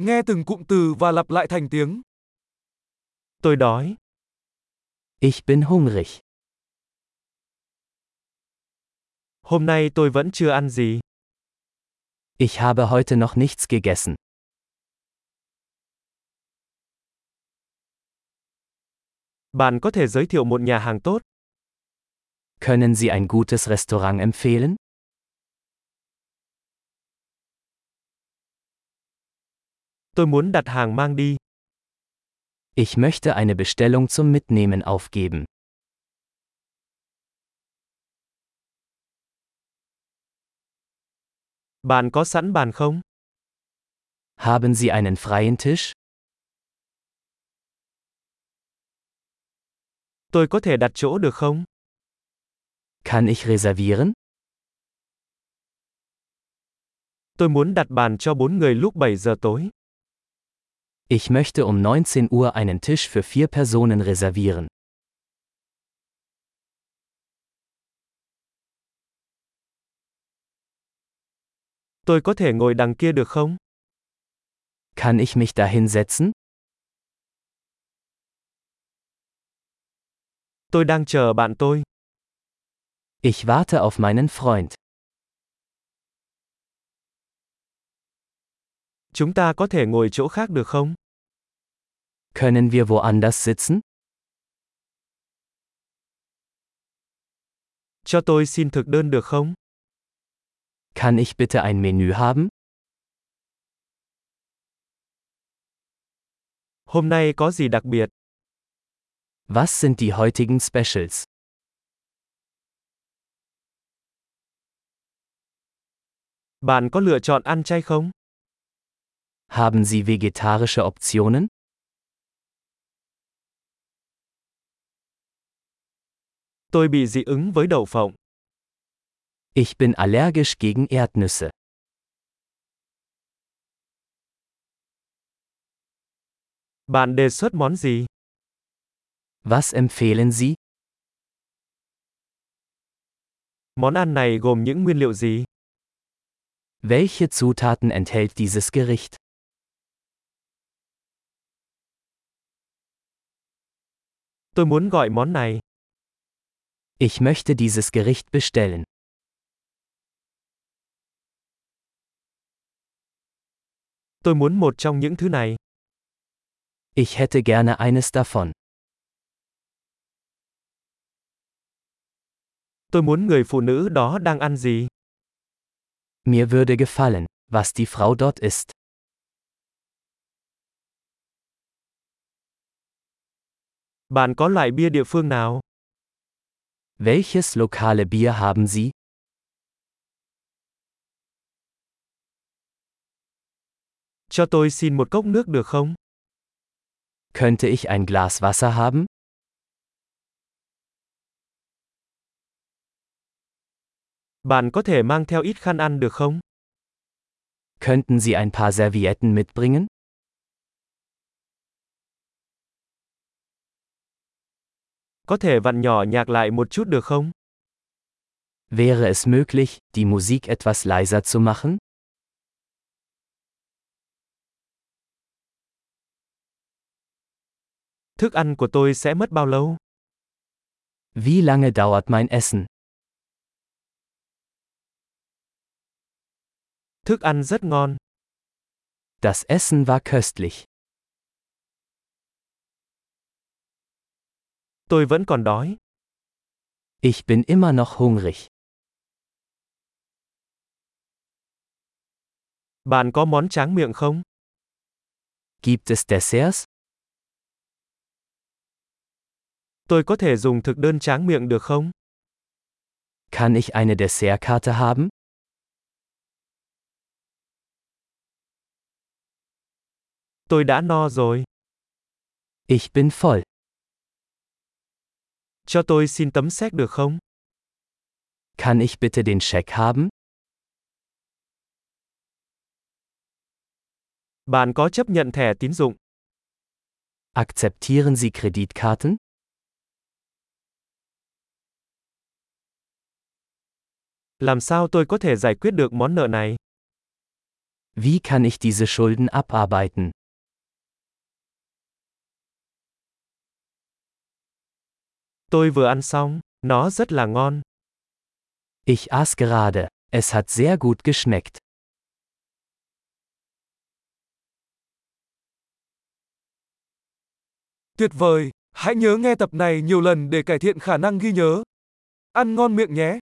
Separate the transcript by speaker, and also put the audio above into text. Speaker 1: Nghe từng cụm từ và lặp lại thành tiếng.
Speaker 2: Tôi đói.
Speaker 3: Ich bin hungrig.
Speaker 2: Hôm nay tôi vẫn chưa ăn gì.
Speaker 3: Ich habe heute noch nichts gegessen.
Speaker 2: Bạn có thể giới thiệu một nhà hàng tốt.
Speaker 3: Können Sie ein gutes Restaurant empfehlen?
Speaker 2: Tôi muốn đặt hàng mang đi.
Speaker 3: Ich möchte eine Bestellung zum Mitnehmen aufgeben.
Speaker 2: Bạn có sẵn bàn không?
Speaker 3: Haben Sie einen freien Tisch?
Speaker 2: Tôi có thể đặt chỗ được không?
Speaker 3: Kann ich reservieren?
Speaker 2: Tôi muốn đặt bàn cho 4 người lúc 7 giờ tối.
Speaker 3: Ich möchte um 19 Uhr einen Tisch für vier Personen reservieren.
Speaker 2: Tôi có thể ngồi đằng kia được không?
Speaker 3: Kann ich mich da hinsetzen?
Speaker 2: Tôi đang chờ bạn tôi.
Speaker 3: Ich warte auf meinen Freund.
Speaker 2: Chúng ta có thể ngồi chỗ khác được không?
Speaker 3: Können wir woanders sitzen?
Speaker 2: Cho tôi xin thực đơn được không?
Speaker 3: Kann ich bitte ein Menü haben?
Speaker 2: Hôm nay có gì đặc biệt?
Speaker 3: Was sind die heutigen Specials?
Speaker 2: Bạn có lựa chọn ăn chay không?
Speaker 3: Haben Sie vegetarische Optionen?
Speaker 2: Tôi bị dị ứng với đậu phộng.
Speaker 3: Ich bin allergisch gegen Erdnüsse.
Speaker 2: Bạn đề xuất món gì?
Speaker 3: Was empfehlen Sie?
Speaker 2: Món ăn này gồm những nguyên liệu gì?
Speaker 3: Welche Zutaten enthält dieses Gericht?
Speaker 2: Tôi muốn gọi món này.
Speaker 3: Ich möchte dieses Gericht bestellen.
Speaker 2: Tôi muốn một trong những thứ này.
Speaker 3: Ich hätte gerne eines davon.
Speaker 2: Tôi muốn người phụ nữ đó đang ăn gì.
Speaker 3: Mir würde gefallen, was die Frau dort isst.
Speaker 2: Bạn có loại bia địa phương nào?
Speaker 3: Welches lokale Bier haben Sie?
Speaker 2: Cho tôi xin một cốc nước được không?
Speaker 3: Könnte ich ein Glas Wasser haben?
Speaker 2: Bạn có thể mang theo ít khăn ăn được không?
Speaker 3: Könnten Sie ein paar Servietten mitbringen?
Speaker 2: Có thể vặn nhỏ nhạc lại một chút được không?
Speaker 3: Wäre es möglich, die Musik etwas leiser zu machen?
Speaker 2: Thức ăn của tôi sẽ mất bao lâu?
Speaker 3: Wie lange dauert mein Essen?
Speaker 2: Thức ăn rất ngon.
Speaker 3: Das Essen war köstlich.
Speaker 2: Tôi vẫn còn đói.
Speaker 3: Ich bin immer noch hungrig.
Speaker 2: Bạn có món tráng miệng không?
Speaker 3: Gibt es Desserts?
Speaker 2: Tôi có thể dùng thực đơn tráng miệng được không?
Speaker 3: Kann ich eine Dessertkarte haben?
Speaker 2: Tôi đã no rồi.
Speaker 3: Ich bin voll.
Speaker 2: Cho tôi xin tấm séc được không?
Speaker 3: Kann ich bitte den Scheck haben?
Speaker 2: Bạn có chấp nhận thẻ tín dụng?
Speaker 3: Akzeptieren Sie Kreditkarten?
Speaker 2: Làm sao tôi có thể giải quyết được món nợ này?
Speaker 3: Wie kann ich diese Schulden abarbeiten?
Speaker 2: Tôi vừa ăn xong, nó rất là ngon.
Speaker 3: Ich aß gerade. Es hat sehr gut geschmeckt.
Speaker 1: Tuyệt vời, hãy nhớ nghe tập này nhiều lần để cải thiện khả năng ghi nhớ. Ăn ngon miệng nhé.